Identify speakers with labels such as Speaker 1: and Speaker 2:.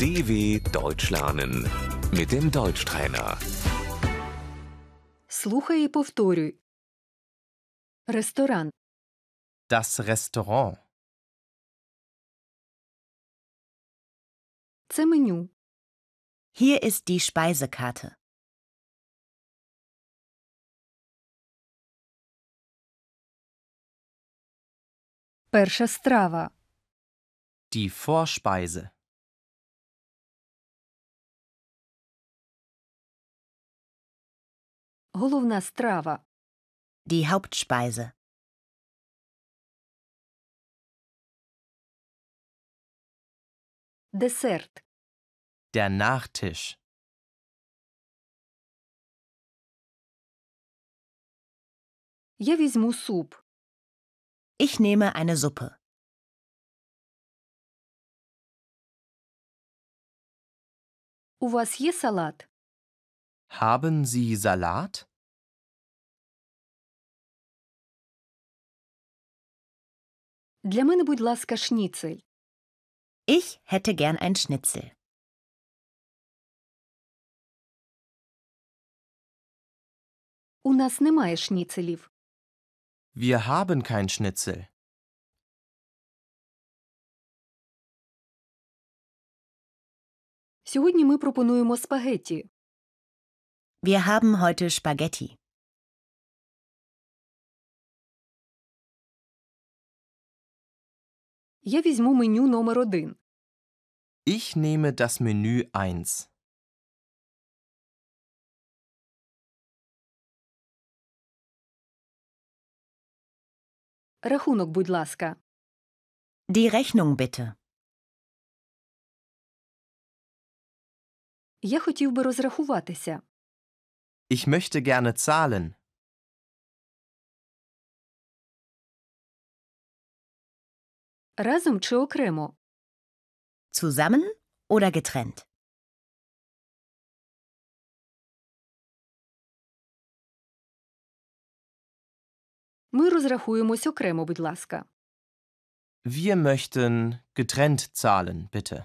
Speaker 1: DW Deutsch lernen mit dem Deutschtrainer.
Speaker 2: Слухай і повторюй. Ресторан.
Speaker 3: Das Restaurant.
Speaker 2: Це меню.
Speaker 4: Hier ist die Speisekarte.
Speaker 2: Перша страва.
Speaker 3: Die Vorspeise.
Speaker 2: Головна страва.
Speaker 4: Die Hauptspeise.
Speaker 2: Десерт.
Speaker 3: Der Nachtisch.
Speaker 2: Я візьму суп.
Speaker 4: Ich nehme eine Suppe.
Speaker 2: У вас є салат?
Speaker 3: Haben Sie Salat?
Speaker 2: Для мене, будь ласка, шніцель.
Speaker 4: Ich hätte gern ein Schnitzel.
Speaker 2: У нас немає шніцелів.
Speaker 3: Wir haben kein Schnitzel.
Speaker 2: Сьогодні ми пропонуємо спагетті.
Speaker 4: Wir haben heute Spaghetti.
Speaker 2: Я візьму меню номер один.
Speaker 3: Ich nehme das Menü 1.
Speaker 2: Рахунок, будь ласка.
Speaker 4: Die Rechnung bitte.
Speaker 2: Я хотів би розрахуватися.
Speaker 3: Ich möchte gerne zahlen.
Speaker 2: Разом чи окремо?
Speaker 4: Zusammen oder getrennt?
Speaker 2: Ми розрахуємось окремо, будь ласка.
Speaker 3: Wir möchten getrennt zahlen, bitte.